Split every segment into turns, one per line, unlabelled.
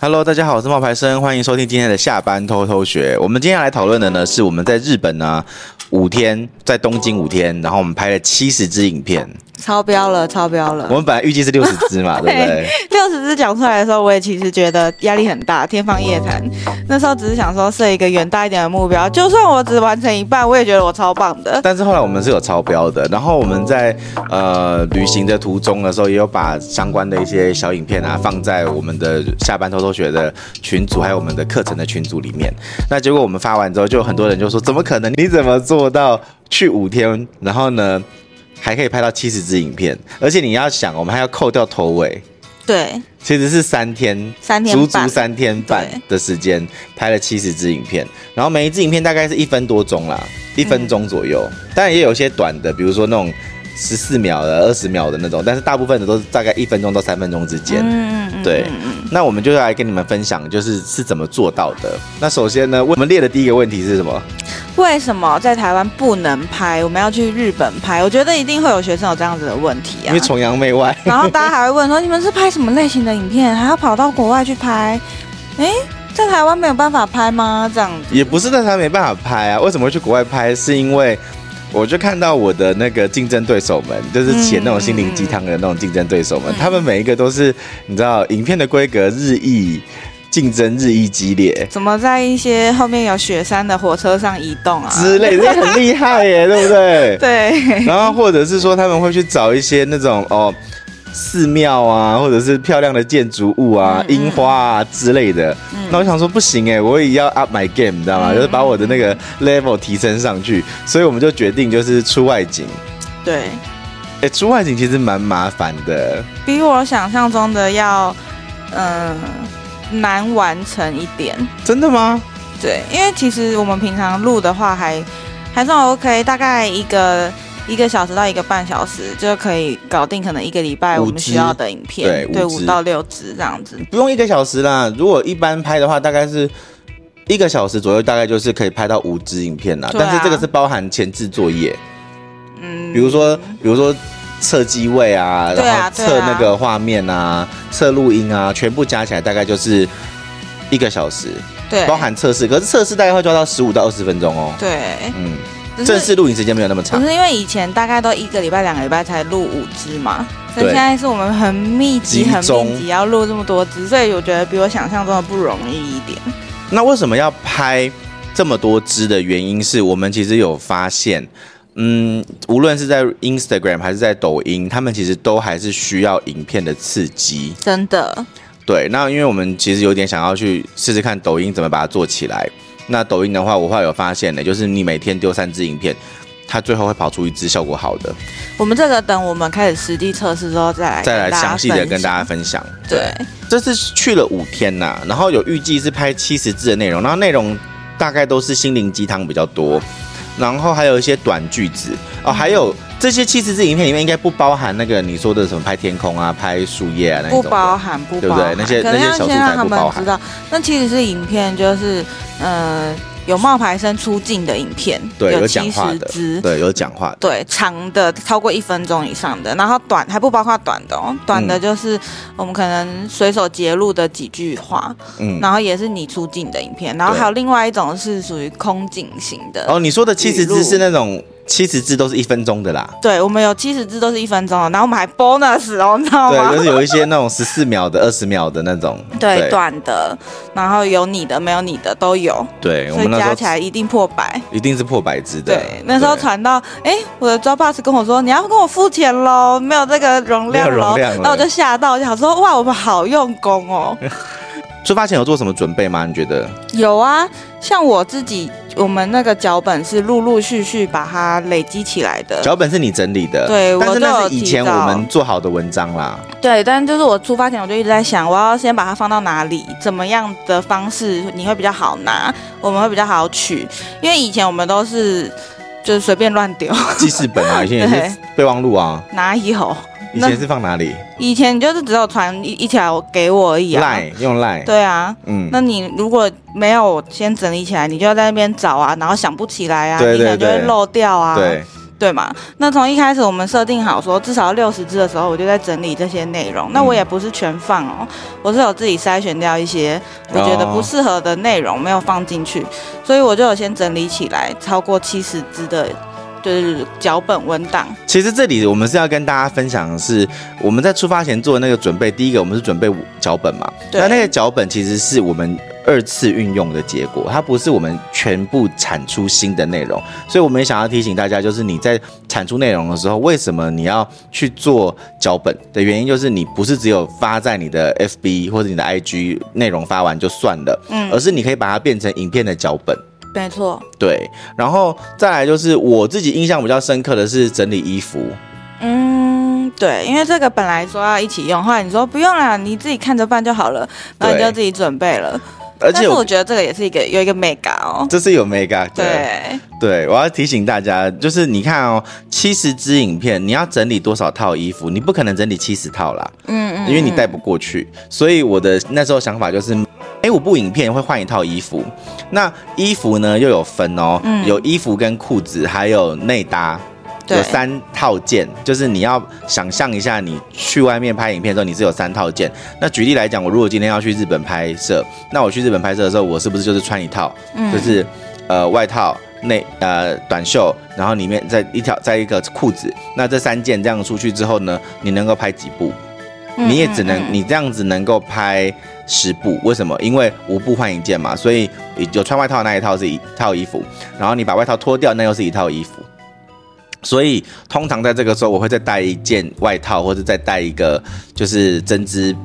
Hello，大家好，我是冒牌生，欢迎收听今天的下班偷偷学。我们今天要来讨论的呢，是我们在日本呢五天，在东京五天，然后我们拍了七十支影片。
超标了，超标
哦我
了。
们本来预计是六十支嘛，对不对？
六十支讲出来的时候，我也其实觉得压力很大，天方夜谭。那时候只是想说设一个远大一点的目标，就算我只完成一半，我也觉得我超棒的。
但是后来我们是有超标的，然后我们在呃旅行的途中的时候，也有把相关的一些小影片啊放在我们的下班偷偷学的群组，还有我们的课程的群组里面。那结果我们发完之后，就有很多人就说：“怎么可能？你怎么做到去五天，然后呢还可以拍到七十支影片？而且你要想，我们还要扣掉头尾。”
对，
其实是三天，
三天
足
半
足三天半
对
的时间拍了七十支影片，然后每一支影片大概是一分多钟啦，
嗯
一分钟左右。当然也有一些短的，比如说那种十四秒的、二十秒的那种，但是大部分的都是大概一分钟到三分钟之间。
嗯嗯
对，那我们就来跟你们分享，就是是怎么做到的。那首先呢，我们列的第一个问题是什么？
为什么在台湾不能拍？我们要去日本拍？我觉得一定会有学生有这样子的问题
因
啊
为。崇洋媚外。
然后大家还会问说，你们是拍什么类型的影片，还要跑到国外去拍？诶，在台湾没有办法拍吗？这样子。
也不是但他没办法拍啊。为什么会去国外拍？是因为我就看到我的那个竞争对手们，就是写那种心灵鸡汤的那种竞争对手们，他们每一个都是你知道，影片的规格日益竞争日益激烈。
怎么在一些后面有雪山的火车上移动啊？
之类的，这很厉害耶，对不对？
对，
然后或者是说他们会去找一些那种哦寺庙啊，或者是漂亮的建筑物
嗯
啊、樱花啊之类的。那我想说不行哎、我也要 up my game，你知道
嗯
吗？就是把我的那个 level 提升上去。所以我们就决定就是出外景。
对，
哎、出外景其实蛮麻烦的，
比我想象中的要，嗯、难完成一点。
真的吗？
对，因为其实我们平常录的话还还算 OK，大概一个一个小时到一个半小时就可以搞定，可能一个礼拜
五
我们
支
需要的影片，
对
对，
五支
五到六支这样子。
不用一个小时啦，如果一般拍的话，大概是。一个小时左右，大概就是可以拍到五支影片啦。
对啊
但是这个是包含前置作业，
嗯，
比如说，比如说测机位啊，
对啊
然后测
对啊
那个画面啊，测录音啊，全部加起来大概就是一个小时，
对，
包含测试。可是测试大概会抓到十五到二十分钟哦。
对，
嗯，
只
正
是
式录影时间没有那么
不
长。
是因为以前大概都一个礼拜、两个礼拜才录五支嘛，所以
对
现在是我们很密
集
集、很
中
密集要录这么多支，所以我觉得比我想象中的不容易一点。
那为什么要拍这么多支的原因是我们其实有发现。嗯，无论是在 Instagram 还是在抖音，他们其实都还是需要影片的刺激。
真的，
对，那因为我们其实有点想要去试试看抖音怎么把它做起来。那抖音的话，我后来有发现呢，就是你每天丢三支影片，它最后会跑出一支效果好的，
我们这个等我们开始实地测试之后再来
再来详细的跟大
家
家分享。
分享对
这次去了五天呐、然后有预计是拍七十字的内容，然后内容大概都是心灵鸡汤比较多，然后还有一些短句子哦，还有这些七十字影片里面应该不包含那个你说的什么拍天空啊、拍树叶啊那一
不
种的，
包含不
对
包
不对
含，
那些
可能
那些
要
小
先
素
让
材
他
不
们
包含
知道，那其实是影片就是嗯、呃有冒牌生出镜的影片，
对有讲
七
话
十
的
支，
对，有讲话的，
对，长的超过一分钟以上的，然后短还不包括短的哦，短
嗯
的就是我们可能随手截录的几句话，
嗯。
然后也是你出镜的影片，然后还有另外一种是属于空景型的。
哦，你说的七十
呃语
字
录
是那种七十字都是一分钟的啦，
对，我们有七十支都是一分钟的，然后我们还 bonus 哦，你知道吗
对，？就是有一些那种十四秒的、二十秒的那种，
对，短的，然后有你的，没有你的都有，
对，我
所以
们那
加
时
起
候
来一定破百。
一定是破百字的。
对，那时候
对
传到，哎、我的 Dropbox 跟我说你要跟我付钱喽，没有这个容量
没有容
喽，
量了
那我就吓到，我想说哇，我们好用功哦。
出发前有做什么准备吗？你觉得？
有啊，像我自己，我们那个脚本是陆陆续续把它累积起来的。
脚本是你整理的，
对
但
我
是
都
那
有
是以
提
前我
到
们做好的文章 啦，
对，但就是我出发前我就一直在想，我要先把它放到哪里，怎么样的方式你会比较好拿，我们会比较好取，因为以前我们都是就是随便乱丢，
记事本啊，以前也是备忘录啊，
哪有？
以前是放哪里
以前你就是只有传一一条给我而已啊。
？Line 用 Line，
对啊，
嗯，
那你如果没有先整理起来，你就要在那边找啊，然后想不起来啊，
对对
你可能就会
对
漏掉啊。
对，
对嘛？那从一开始我们设定好说至少六十支的时候，我就在整理这些内容。
嗯
那我也不是全放哦，我是有自己筛选掉一些我觉得不适合的内容没有放进去，所以我就有先整理起来，超过七十支的。就是脚本文档，
其实这里我们是要跟大家分享的是，我们在出发前做的那个准备。第一个，我们是准备脚本嘛，
对
那那个脚本其实是我们二次运用的结果，它不是我们全部产出新的内容。所以我们也想要提醒大家，就是你在产出内容的时候，为什么你要去做脚本的原因，就是你不是只有发在你的 FB 或者你的 IG 内容发完就算了，
嗯
而是你可以把它变成影片的脚本。
没错，
对，然后再来就是我自己印象比较深刻的是整理衣服，
嗯，对，因为这个本来说要一起用，后来你说不用啦，你自己看着办就好了，然后你
对
就自己准备了。
而且
但是
我
我觉得这个也是一个有一个美感哦。
这是有 mega 的
对，
对，我要提醒大家，就是你看哦，七十支影片，你要整理多少套衣服？你不可能整理七十套啦，
嗯嗯，
因为你带不过去。所以我的那时候想法就是，哎，五部影片会换一套衣服，那衣服呢又有分哦，
嗯
有衣服跟裤子，还有内搭。
对
有三套件，就是你要想象一下，你去外面拍影片的时候，你是有三套件。那举例来讲，我如果今天要去日本拍摄，那我去日本拍摄的时候，我是不是就是穿一套？
嗯
就是呃外套、内呃短袖，然后里面再一条再一个裤子。那这三件这样出去之后呢，你能够拍几部？你也只能、
嗯嗯
你这样子能够拍十部，为什么？因为五部换一件嘛，所以有穿外套的那一套是一套衣服，然后你把外套脱掉，那又是一套衣服。所以通常在这个时候，我会再带一件外套，或者再带一个就是针织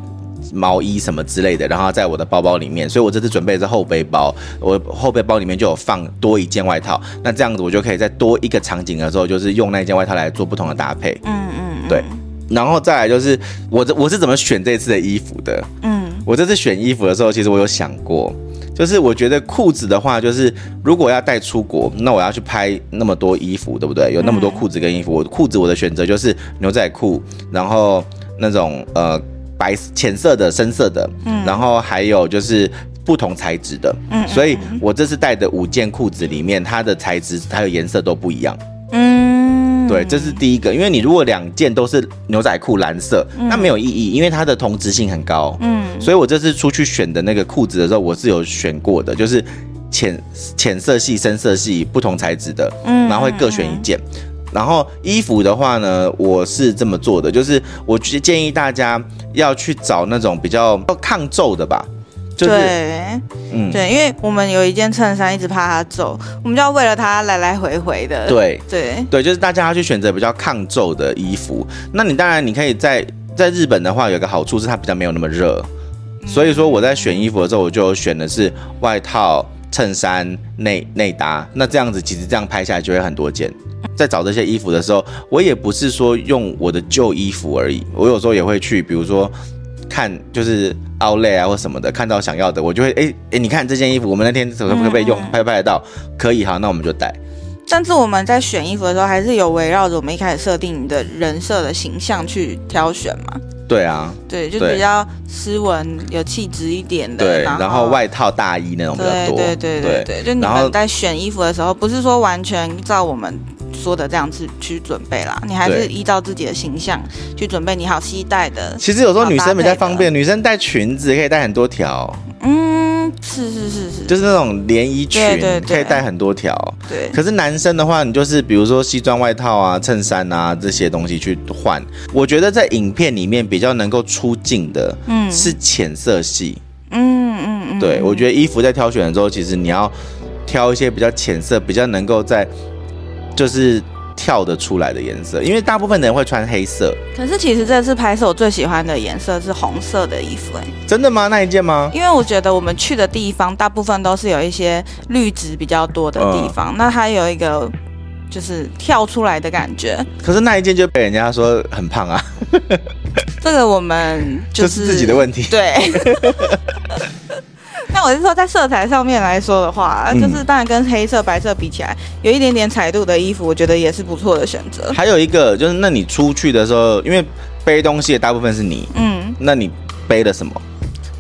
毛衣什么之类的，然后在我的包包里面。所以我这次准备的是后背包，我后背包里面就有放多一件外套，那这样子我就可以在多一个场景的时候，就是用那件外套来做不同的搭配。
嗯嗯，嗯
对，然后再来就是我这我是怎么选这次的衣服的？
嗯
我这次选衣服的时候，其实我有想过，就是我觉得裤子的话，就是如果要带出国，那我要去拍那么多衣服，对不对？有那么多裤子跟衣服，我
嗯
裤子我的选择就是牛仔裤，然后那种呃白浅色的、深色的，然后还有就是。不同材质的，
嗯
所以我这次带的五件裤子里面，它的材质还有颜色都不一样。
嗯，
对，这是第一个，因为你如果两件都是牛仔裤蓝色，那没有意义，因为它的同质性很高。
嗯
所以我这次出去选的那个裤子的时候，我是有选过的，就是浅浅色系、深色系不同材质的，
嗯
然后会各选一件。然后衣服的话呢，我是这么做的，就是我建议大家要去找那种比较抗皱的吧，就是
对
嗯
对，因为我们有一件衬衫一直怕它皱，我们就要为了它来来回回的。
对
对，
对，就是大家要去选择比较抗皱的衣服。那你当然你可以在在日本的话，有一个好处是它比较没有那么热，所以说我在选衣服的时候，我就选的是外套、衬衫、内内搭。那这样子其实这样拍下来就会很多件。在找这些衣服的时候，我也不是说用我的旧衣服而已，我有时候也会去，比如说看就是 Outlet 啊或什么的，看到想要的，我就会哎哎、诶你看这件衣服，我们那天可不可以用？拍不拍得到？可以，好，那我们就带。
但是我们在选衣服的时候，还是有围绕着我们一开始设定的人设的形象去挑选嘛。
对啊，
对，就
对
比较斯文、有气质一点的。
对，然后外套、大衣那种比较
对
多。
对对对对，就你
然后
们在选衣服的时候，不是说完全照我们说的这样子去准备啦，你还
对
是依照自己的形象去准备你好期待的。
其实有时候女生比较方便，女生带裙子可以带很多条，
嗯，是是是是，
就是那种连衣裙
对对
可
对
以带很多条。
对，
可是男生的话，你就是比如说西装外套啊、衬衫啊这些东西去换。我觉得在影片里面比较能够出镜的，
嗯
是浅色系。
嗯嗯嗯，
对，
嗯
我觉得衣服在挑选的时候，其实你要挑一些比较浅色、比较能够在就是跳得出来的颜色，因为大部分的人会穿黑色。
可是其实这次拍摄我最喜欢的颜色是红色的衣服、哎，
真的吗？那一件吗？
因为我觉得我们去的地方大部分都是有一些绿植比较多的地方，
嗯
那它有一个就是跳出来的感觉，
可是那一件就被人家说很胖啊，
这个我们
这
就是
自己的问题
对。 那我是说，在色彩上面来说的话，
嗯
就是当然跟黑色、白色比起来，有一点点彩度的衣服，我觉得也是不错的选择。
还有一个就是，那你出去的时候，因为背东西的大部分是你，
嗯，
那你背了什么？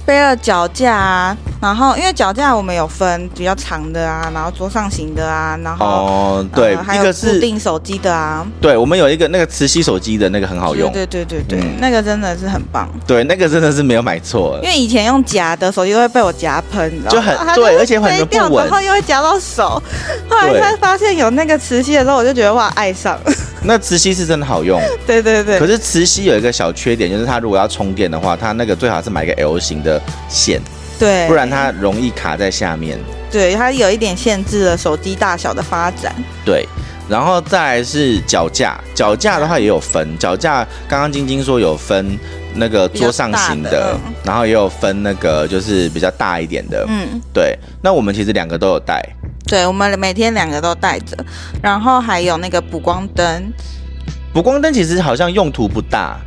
背了脚架啊，然后因为脚架我们有分比较长的啊，然后桌上型的啊，然后、
哦，对
呃，还
一
有
个
固
是，
定手机的啊，
对我们有一个那个磁吸手机的那个很好用，
对对对对对，
嗯
那个真的是很棒。
对，那个真的是没有买错
因。为以前用夹的手机都会被我夹喷，你知道吗
就很
它
对
会
而且很
飞掉
不稳
然后又会夹到 手。后来
对
才发现有那个磁吸的时候，我就觉得哇，爱上。
那磁吸是真的好用，
对对对
可，是磁吸有一个小缺点，就是它如果要充电的话，它那个最好是买一个 L 型的线，
对，
不然它容易卡在下面。
对它有一点限制了手机大小的发展。
对，然后再来是脚架，脚架的话也有分，脚架刚刚晶晶说有分那个桌上型的，
比较大的嗯
然后也有分那个就是比较大一点的。
嗯，
对，那我们其实两个都有带，
对，我们每天两个都带着，然后还有那个补光灯。
补光灯其实好像用途不大，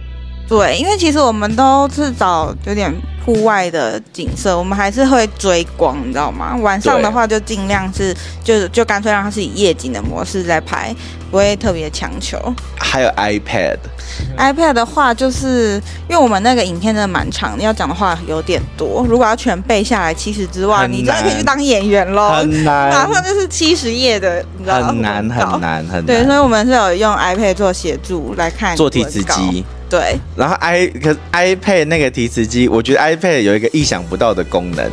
对，因为其实我们都是找有点户外的景色，我们还是会追光，你知道吗？晚上的话就尽量是，就就干脆让它是以夜景的模式在拍，不会特别强求。
嗯还有 iPad。
iPad 的话，就是因为我们那个影片真的蛮长，要讲的话有点多，如果要全背下来七十之外，
很
你真的可以
难
去当演员喽，
很
马
难，
上就是七十页的，你知道吗
很难，
文稿
很难，很
对，所
难。
以我们是有用 iPad 做协助来看
做题词
文稿。
机，
对，
然后 i 可是 iPad 那个题词机，我觉得 iPad 有一个意想不到的功能，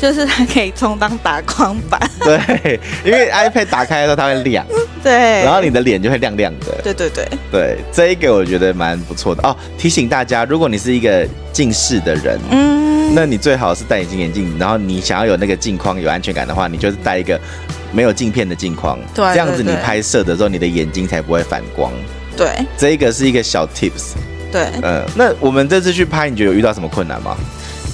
就是它可以充当打光板。
对，因为 iPad 打开的时候它会亮，
对，
然后你的脸就会亮亮的，
对对对，
对，这一个我觉得蛮不错的哦。提醒大家，如果你是一个近视的人，
嗯，
那你最好是戴隐形眼镜，然后你想要有那个镜框有安全感的话，你就是戴一个没有镜片的镜框，
对
这样子你
对对
拍摄的时候，你的眼睛才不会反光。
对
这一个是一个小 tips，
对，
嗯，那我们这次去拍，你觉得有遇到什么困难吗？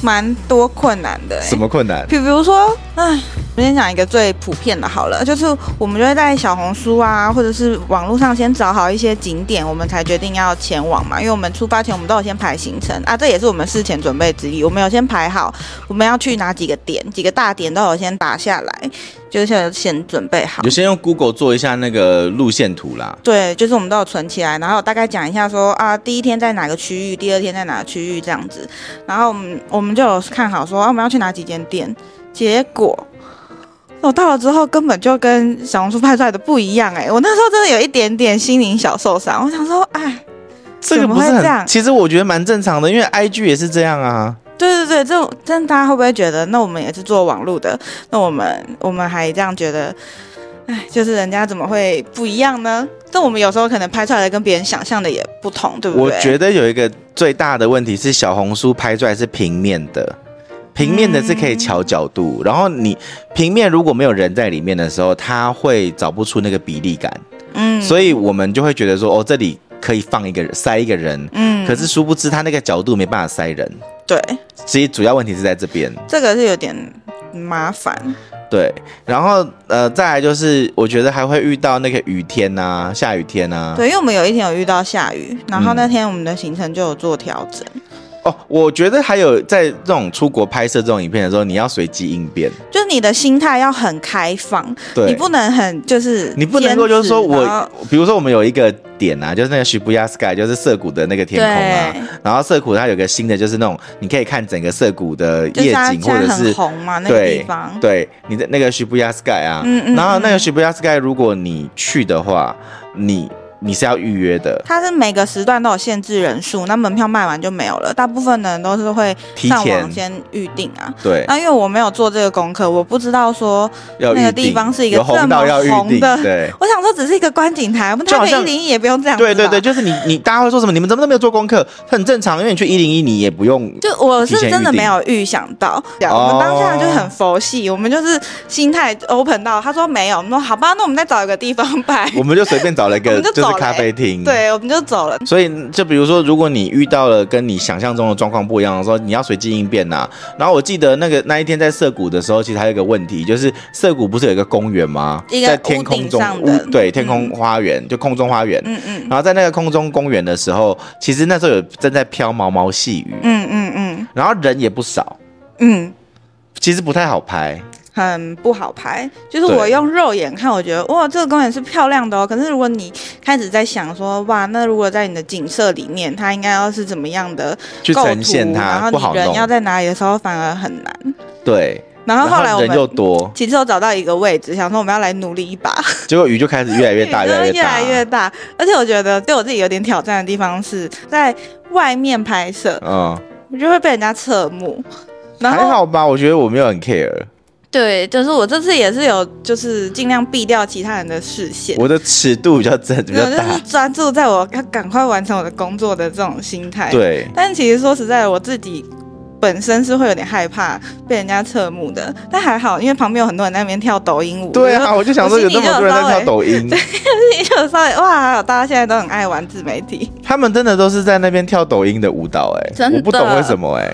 蛮多困难的、欸
什。么困难？
比比如说，唉，我先讲一个最普遍的好了，就是我们就会在小红书啊，或者是网络上先找好一些景点，我们才决定要前往嘛。因为我们出发前，我们都有先排行程啊，这也是我们事前准备之一。我们有先排好我们要去哪几个点，几个大点都有先打下来，就是先先准备好
有。些用 Google 做一下那个路线图啦，
对，就是我们都有存起来，然后大概讲一下说啊，第一天在哪个区域，第二天在哪个区域这样子，然后我们我们就有看好说啊，我们要去哪几间店，结果。 我到了之后，根本就跟小红书拍出来的不一样哎、我那时候真的有一点点心灵小受伤，我想说，哎，
这个
怎么
不是
会这
很，
样
其实我觉得蛮正常的，因为 IG 也是这样啊。
对对对，这种真的大家会不会觉得，那我们也是做网络的，那我们我们还这样觉得，哎，就是人家怎么会不一样呢？但我们有时候可能拍出来的跟别人想象的也不同，对不对？
我觉得有一个最大的问题是，小红书拍出来是平面的，平面的是可以调角度，
嗯
然后你平面如果没有人在里面的时候，它会找不出那个比例感，
嗯
所以我们就会觉得说，哦，这里可以放一个人，塞一个人，
嗯
可是殊不知它那个角度没办法塞人，
对，
其实主要问题是在这边。
这个是有点麻烦。
对，然后呃，再来就是，我觉得还会遇到那个雨天呐、下雨天啊呐、
对，因为我们有一天有遇到下雨，然后
嗯
那天我们的行程就有做调整。
哦，我觉得还有在这种出国拍摄这种影片的时候，你要随机应变。
就是你的心态要很开放，
对，
你不能很就是
你不能够
坚
就是
持
说
然
我
后，
比如说我们有一个点啊，就是那个 Shibuya Sky，就是涩谷的那个天空啊。
对，
然后涩谷它有个新的，就是那种你可以看整个涩谷的
就是
夜
它
景，
现
或
在
者
很
是
红嘛那个
对
地方，
对你的那个 Shibuya Sky 啊。
嗯嗯
然后那
嗯
个 Shibuya Sky，如果你去的话，你你是要预约的，
它是每个时段都有限制人数，那门票卖完就没有了。大部分的人都是会
提
上
前
网先预定啊。
对，
那因为我没有做这个功课，我不知道说
要预
那
定。
个地方是一个
有红到
这么啊
要预
红
定，
的
对。
我想说，只是一个观景台，我们
就
台
好
北
像
一零一也不用这样子吧。
对对对，就是你你大家会说什么？你们怎么都没有做功课？很正常，因为你去一零一，你也不用
就我是
提前预
真的
定
没有预想到，对啊
哦
我们当下就很佛系，我们就是心态 open 到。他说没有，我们说好吧，那我们再找一个地方拍。
我们就随便找了一
我
个
们就
就是
走了欸
咖啡厅，。
对，我们就走了。
所以，就比如说，如果你遇到了跟你想象中的状况不一样的时候，你要随机应变呐、然后我记得那个那一天在涩谷的时候，其实还有一个问题，就是涩谷不是有一个公园吗？
嗯一个
在天空中
屋顶上的
对天空花园、就空中花园。
嗯嗯
然后在那个空中公园的时候，其实那时候有正在飘毛毛细雨，
嗯嗯嗯
然后人也不少，
嗯，
其实不太好拍。
很不好拍。就是
对
我用肉眼看，我觉得哇，这个公园是漂亮的哦。可是如果你开始在想说，哇，那如果在你的景色里面，它应该要是怎么样的
去
构
呈现
图然
它
后
不好
你人要
弄。
在哪里的时候反而很难。
对，
然后后来我
人又
们
多，
其实有找到一个位置，想说我们要来努力一把，
结果雨就开始越来越 大，
雨
越
真
来越
的嗯越
大，
来越大。而且我觉得对我自己有点挑战的地方是在外面拍摄，
嗯，
我就会被人家侧目。然
还
后
好吧，我觉得我没有很 care，
对，就是我这次也是有，就是尽量避掉其他人的视线。
我的尺度比较正，比
没有
较
就是
大，
专注在我要赶快完成我的工作的这种心态。，
对，
但其实说实在的，我自己本身是会有点害怕被人家侧目的，但还好，因为旁边有很多人在那边跳抖音舞。
对
我
啊，我就想说有那么多人在跳抖音，
就，就稍微哇，大家现在都很爱玩自媒体，
他们真的都是在那边跳抖音的舞蹈，哎，
真的
我不懂为什么，哎，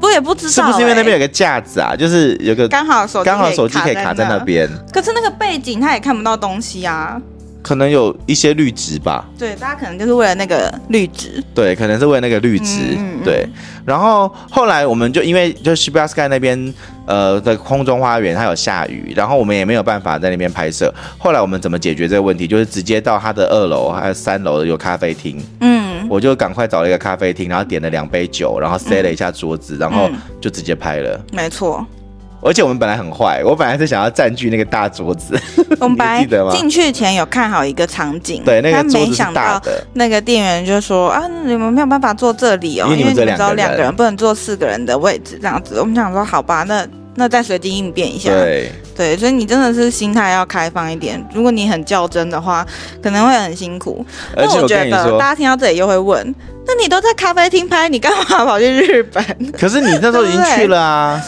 我也不知道、
是不是因为那边
欸
有个架子啊？就是有个
刚好手机
刚好手机可以卡在那？边，
可是那个背景他也看不到东西啊。
可能有一些绿植吧，
对，大家可能就是为了那个绿植，
对，可能是为那个绿植，
嗯嗯嗯
对。然后后来我们就因为就 s h i b a s k y 那边呃的空中花园它有下雨，然后我们也没有办法在那边拍摄。后来我们怎么解决这个问题？就是直接到它的二楼还有三楼有咖啡厅，
嗯，
我就赶快找了一个咖啡厅，然后点了两杯酒，然后塞了一下桌子，然
嗯
后就直接拍了。
没错。
而且我们本来很坏，我本来是想要占据那个大桌子，
我们本
你还
来
记得吗
进去前有看好一个场景，
对，那
但
个桌
没
子是
想
大
到
的，
那个店员就说啊，你们没有办法坐这里哦，
因为你
因
们
为你们
只
只
有
有
两
两
个人
个人，不能坐四个人的位置这样子。我们想说，好吧，那那再随机应变一下。
对。
对，所以你真的是心态要开放一点。如果你很较真的话，可能会很辛苦。
而且
那
我
我觉
跟你
得
说
大，家听到这里又会问，那你都在咖啡厅拍，你干嘛跑去日本？
可是你那时候已经去了啊，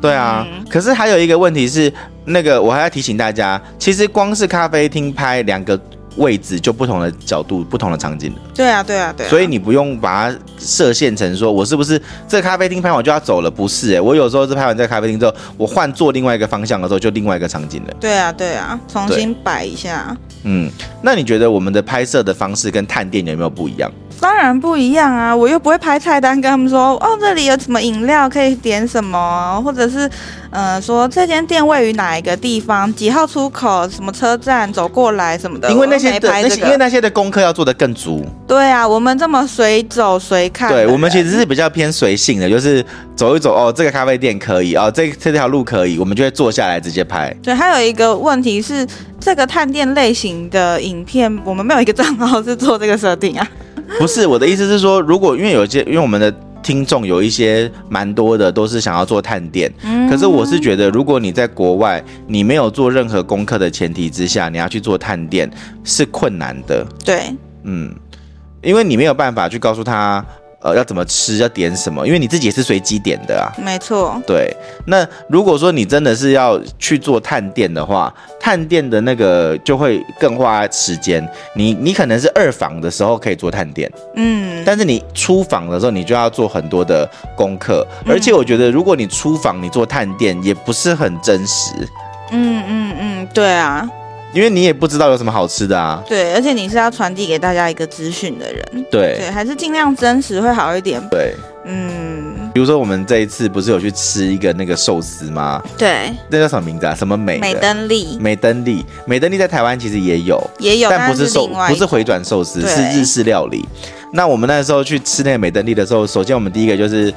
对啊。
嗯
可是还有一个问题是，那个我还要提醒大家，其实光是咖啡厅拍两个位置就不同的角度、不同的场景了，
对啊，对啊，对啊。
所以你不用把它设限成说我是不是这个咖啡厅拍完就要走了？不是、欸，我有时候是拍完这个咖啡厅之后，我换做另外一个方向的时候，就另外一个场景了。
对啊，对啊，重新摆一下，
嗯，那你觉得我们的拍摄的方式跟探店有没有不一样？
当然不一样啊！我又不会拍菜单跟他们说，哦，这里有什么饮料可以点什么，或者是，呃，说这间店位于哪一个地方，几号出口，什么车站，走过来什么的。
因为
呃我
那些
没
的
拍
那
这
些，因为
个，
那些的功课要做得更足。
对啊，我们这么随走随看的
对
人。
我们其实是比较偏随性的，就是走一走哦，这个咖啡店可以哦，这这条路可以，我们就会坐下来直接拍。
对，还有一个问题是，这个探店类型的影片，我们没有一个账号是做这个 设定啊。
不是我的意思是说，如果因为有些因为我们的听众有一些蛮多的都是想要做探店，
嗯
可是我是觉得，如果你在国外，你没有做任何功课的前提之下，你要去做探店是困难的，
对，
嗯，因为你没有办法去告诉他呃要怎么吃，要点什么，因为你自己也是随机点的啊。
没错，
对，那如果说你真的是要去做探店的话，探店的那个就会更花时间。你你可能是二访的时候可以做探店，
嗯，
但是你出访的时候你就要做很多的功课。而且我觉得，如果你出访你做探店也不是很真实，
嗯嗯嗯，对啊，
因为你也不知道有什么好吃的啊。
对，而且你是要传递给大家一个资讯的人，
对
对，还是尽量真实会好一点。
对，
嗯，
比如说我们这一次不是有去吃一个那个寿司吗？
对，
那叫什么名字啊？什么美的
美登利
美登利，美登利在台湾其实也有，
也有，
但
但
不是寿
另外
不
一
是回转寿司，
对
是日式料理。那我们那时候去吃那个美登利的时候，首先我们第一个就是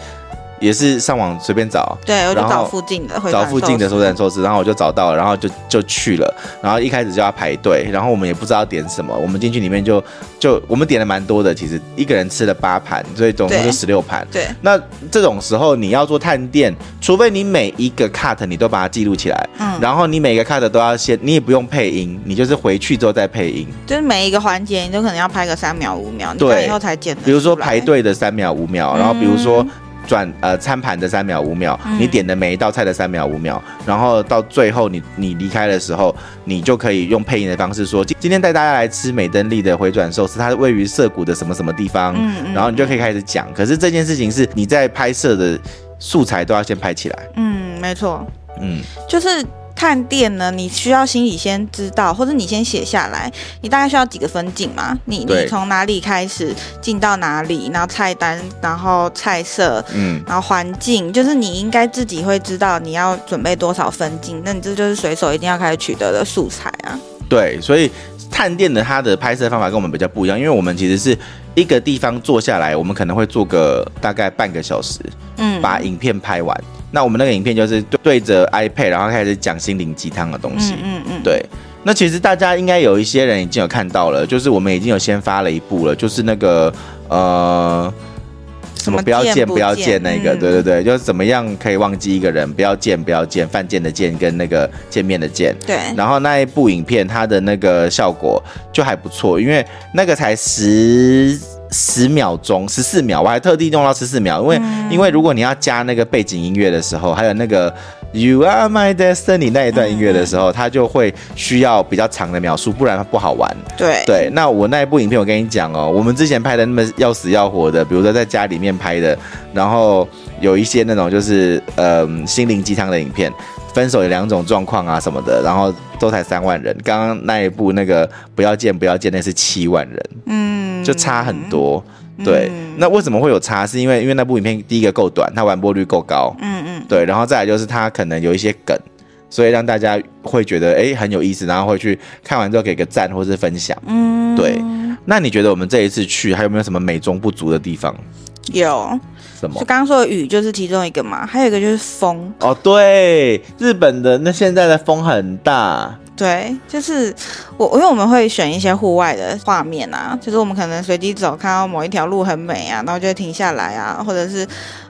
也是上网随便找。
对，我就
然后
找附近的回
找
转
附近的
寿
寿
司
司寿司，然后我就找到了，然后就就去了，然后一开始就要排队，然后我们也不知道点什么，我们进去里面就就我们点了蛮多的，其实一个人吃了八盘，所以总共就
对
十六盘。
对
那这种时候你要做探店，除非你每一个 cut 你都把它记录起来，
嗯
然后你每个 cut 都要先，你也不用配音，你就是回去之后再配音。
就是每一个环节，你都可能要拍个三秒五秒，你这
对
样以后才剪。
比如说排，队的三秒五秒，
嗯
然后比如说转呃餐盘的三秒五秒，
嗯
你点的每一道菜的三秒五秒，然后到最后你你离开的时候，你就可以用配音的方式说，今今天带大家来吃美登利的回转寿司，它是位于涩谷的什么什么地方，
嗯嗯
然后你就可以开始讲。可是这件事情是你在拍摄的素材都要先拍起来，
嗯，没错，
嗯，
就是探店呢，你需要心里先知道，或者你先写下来，你大概需要几个分镜嘛？你
对
你从哪里开始进到哪里，然后菜单，然后菜色。
嗯。
然后环境就是你应该自己会知道你要准备多少分镜，那你这就是随手一定要开始取得的素材啊。
对，所以探店的它的拍摄方法跟我们比较不一样，因为我们其实是一个地方坐下来，我们可能会做个大概半个小时，
嗯，
把影片拍完。那我们那个影片就是对对着 iPad，然后开始讲心灵鸡汤的东西。
嗯嗯嗯，
对，那其实大家应该有一些人已经有看到了，就是我们已经有先发了一部了，就是那个呃。什么不要见不要见那个，
嗯
对对对，就是怎么样可以忘记一个人，不要见不要见，犯贱的见跟那个见面的见，
对，
然后那一部影片它的那个效果就还不错，因为那个才十十秒钟，十四秒，我还特地弄到十四秒，因为、因为如果你要加那个背景音乐的时候，还有那个 You Are My Destiny 那一段音乐的时候，它就会需要比较长的描述，不然它不好玩。
对
对，那我那一部影片，我跟你讲哦，我们之前拍的那么要死要活的，比如说在家里面拍的，然后有一些那种就是嗯、心灵鸡汤的影片，分手有两种状况啊什么的，然后都才三万人。刚刚那一部那个不要见不要见，那是七万人，
嗯，
就差很多。对
嗯，
那为什么会有差？是因为因为那部影片第一个够短，它完播率够高，
嗯嗯，
对，然后再来就是它可能有一些梗，所以让大家会觉得诶很有意思，然后会去看完之后给个赞或是分享。
嗯，
对，那你觉得我们这一次去还有没有什么美中不足的地方？
有，
什么
就？刚刚说的雨就是其中一个嘛，还有一个就是风，
哦，对，日本的那现在的风很大，
对，就是我，因为我们会选一些户外的画面啊，就是我们可能随机走，看到某一条路很美啊，然后就会停下来啊，或者是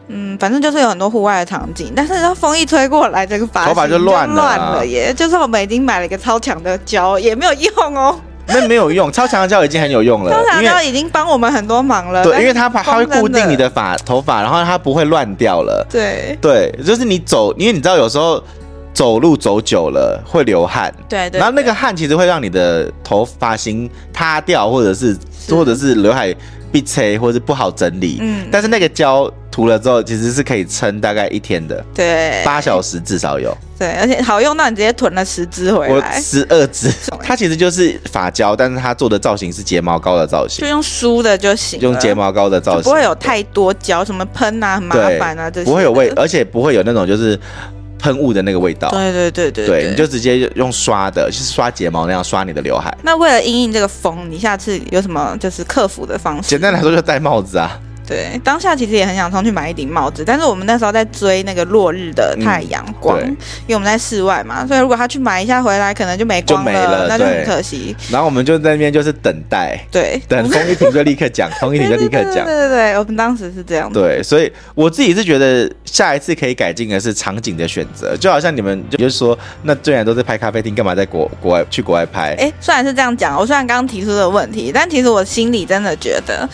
嗯，反正就是有很多户外的场景。但是它风一吹过来，这个发
头发
型
就乱了啊
乱了耶。就是我们已经买了一个超强的胶，也没有用哦。
那没有用，超强的胶已经很有用了，
超强
因
胶
为
已经帮我们很多忙了。
呃对，
但
因为它把它会
风真
固定你的发头发，然后它不会乱掉了。
对
对，就是你走，因为你知道有时候走路走久了会流汗，
对对，
然后那个汗其实会让你的头发型塌掉，或者是
是
或者是刘海被吹，或者是不好整理。
嗯
但是那个胶涂了之后，其实是可以撑大概一天的。
对
八小时至少有，
对，而且好用到你直接囤了十支回
我
来，
十二支
什么。
它其实就是发胶，但是它做的造型是睫毛膏的造
就
型，
用梳的就行了，
用睫毛膏的造
就
型，
不会有太多胶，什么喷啊、很麻
对
烦啊这些，
不会有味，。而且不会有那种就是喷雾的那个味道。
对对对对
对，你就直接用刷的，就是刷睫毛那样刷你的刘海。
那为了因应这个风，你下次有什么就是克服的方式？
简单来说，就戴帽子啊。
对，当下其实也很想冲去买一顶帽子，但是我们那时候在追那个落日的太阳
嗯
光，
对
因为我们在室外嘛，所以如果他去买一下回来，可能就没光
就没了
那就很
对
可惜。
然后我们就在那边就是等待，
对，
等风一停就立刻讲，风一停就立刻
对对
讲。
对对，我们当时是这样的。
对，所以我自己是觉得下一次可以改进的是场景的选择，就好像你们就就是说，那虽然都是拍咖啡厅，干嘛在国国外去国外拍？
哎，虽然是这样讲，我虽然刚刚提出的问题，但其实我心里真的觉得，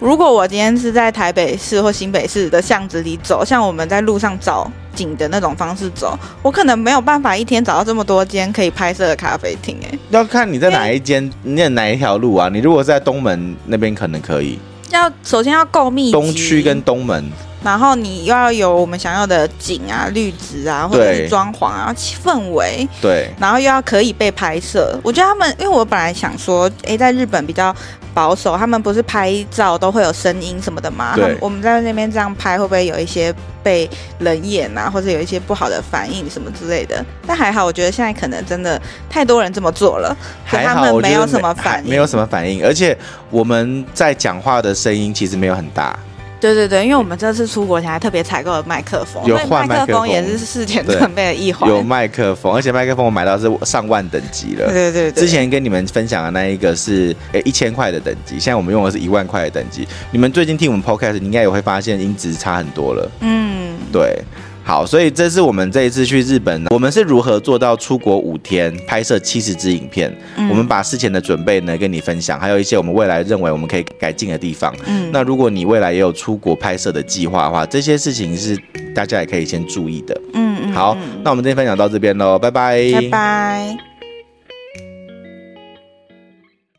如果我今天是在台北市或新北市的巷子里走，像我们在路上找景的那种方式走，我可能没有办法一天找到这么多间可以拍摄的咖啡厅、哎，
要看你在哪一间，你在哪一条路啊？你如果是在东门那边，可能可以，
要首先要够密集
东区跟，东门，
然后你又要有我们想要的景啊、绿植啊，或者
对
是装潢啊、气氛围，
对，
然后又要可以被拍摄。我觉得他们，因为我本来想说，诶，在日本比较保守，他们不是拍照都会有声音什么的嘛？
对
他们我们在那边这样拍，会不会有一些被冷眼啊，或者有一些不好的反应什么之类的？但还好，我觉得现在可能真的太多人这么做了，可
还
他
好，
们
我觉
没
得
有什么反
还
应，
没有什么反应，而且我们在讲话的声音其实没有很大，
对对对，因为我们这次出国前还特别采购了麦克风，
有
所以
换麦
克
克风
也是事前
对
准备的一环。
有麦克风，而且麦克风我买到是上万等级了
对。对对对，
之前跟你们分享的那一个是诶一千块的等级，现在我们用的是一万块的等级。你们最近听我们 podcast，你应该也会发现音质差很多了。
嗯，
对，好，所以这是我们这一次去日本，我们是如何做到出国五天拍摄七十支影片。
嗯
我们把事前的准备呢跟你分享，还有一些我们未来认为我们可以改进的地方。
嗯
那如果你未来也有出国拍摄的计划的话，这些事情是大家也可以先注意的。
嗯嗯
好，那我们今天分享到这边喽，拜拜，
拜拜。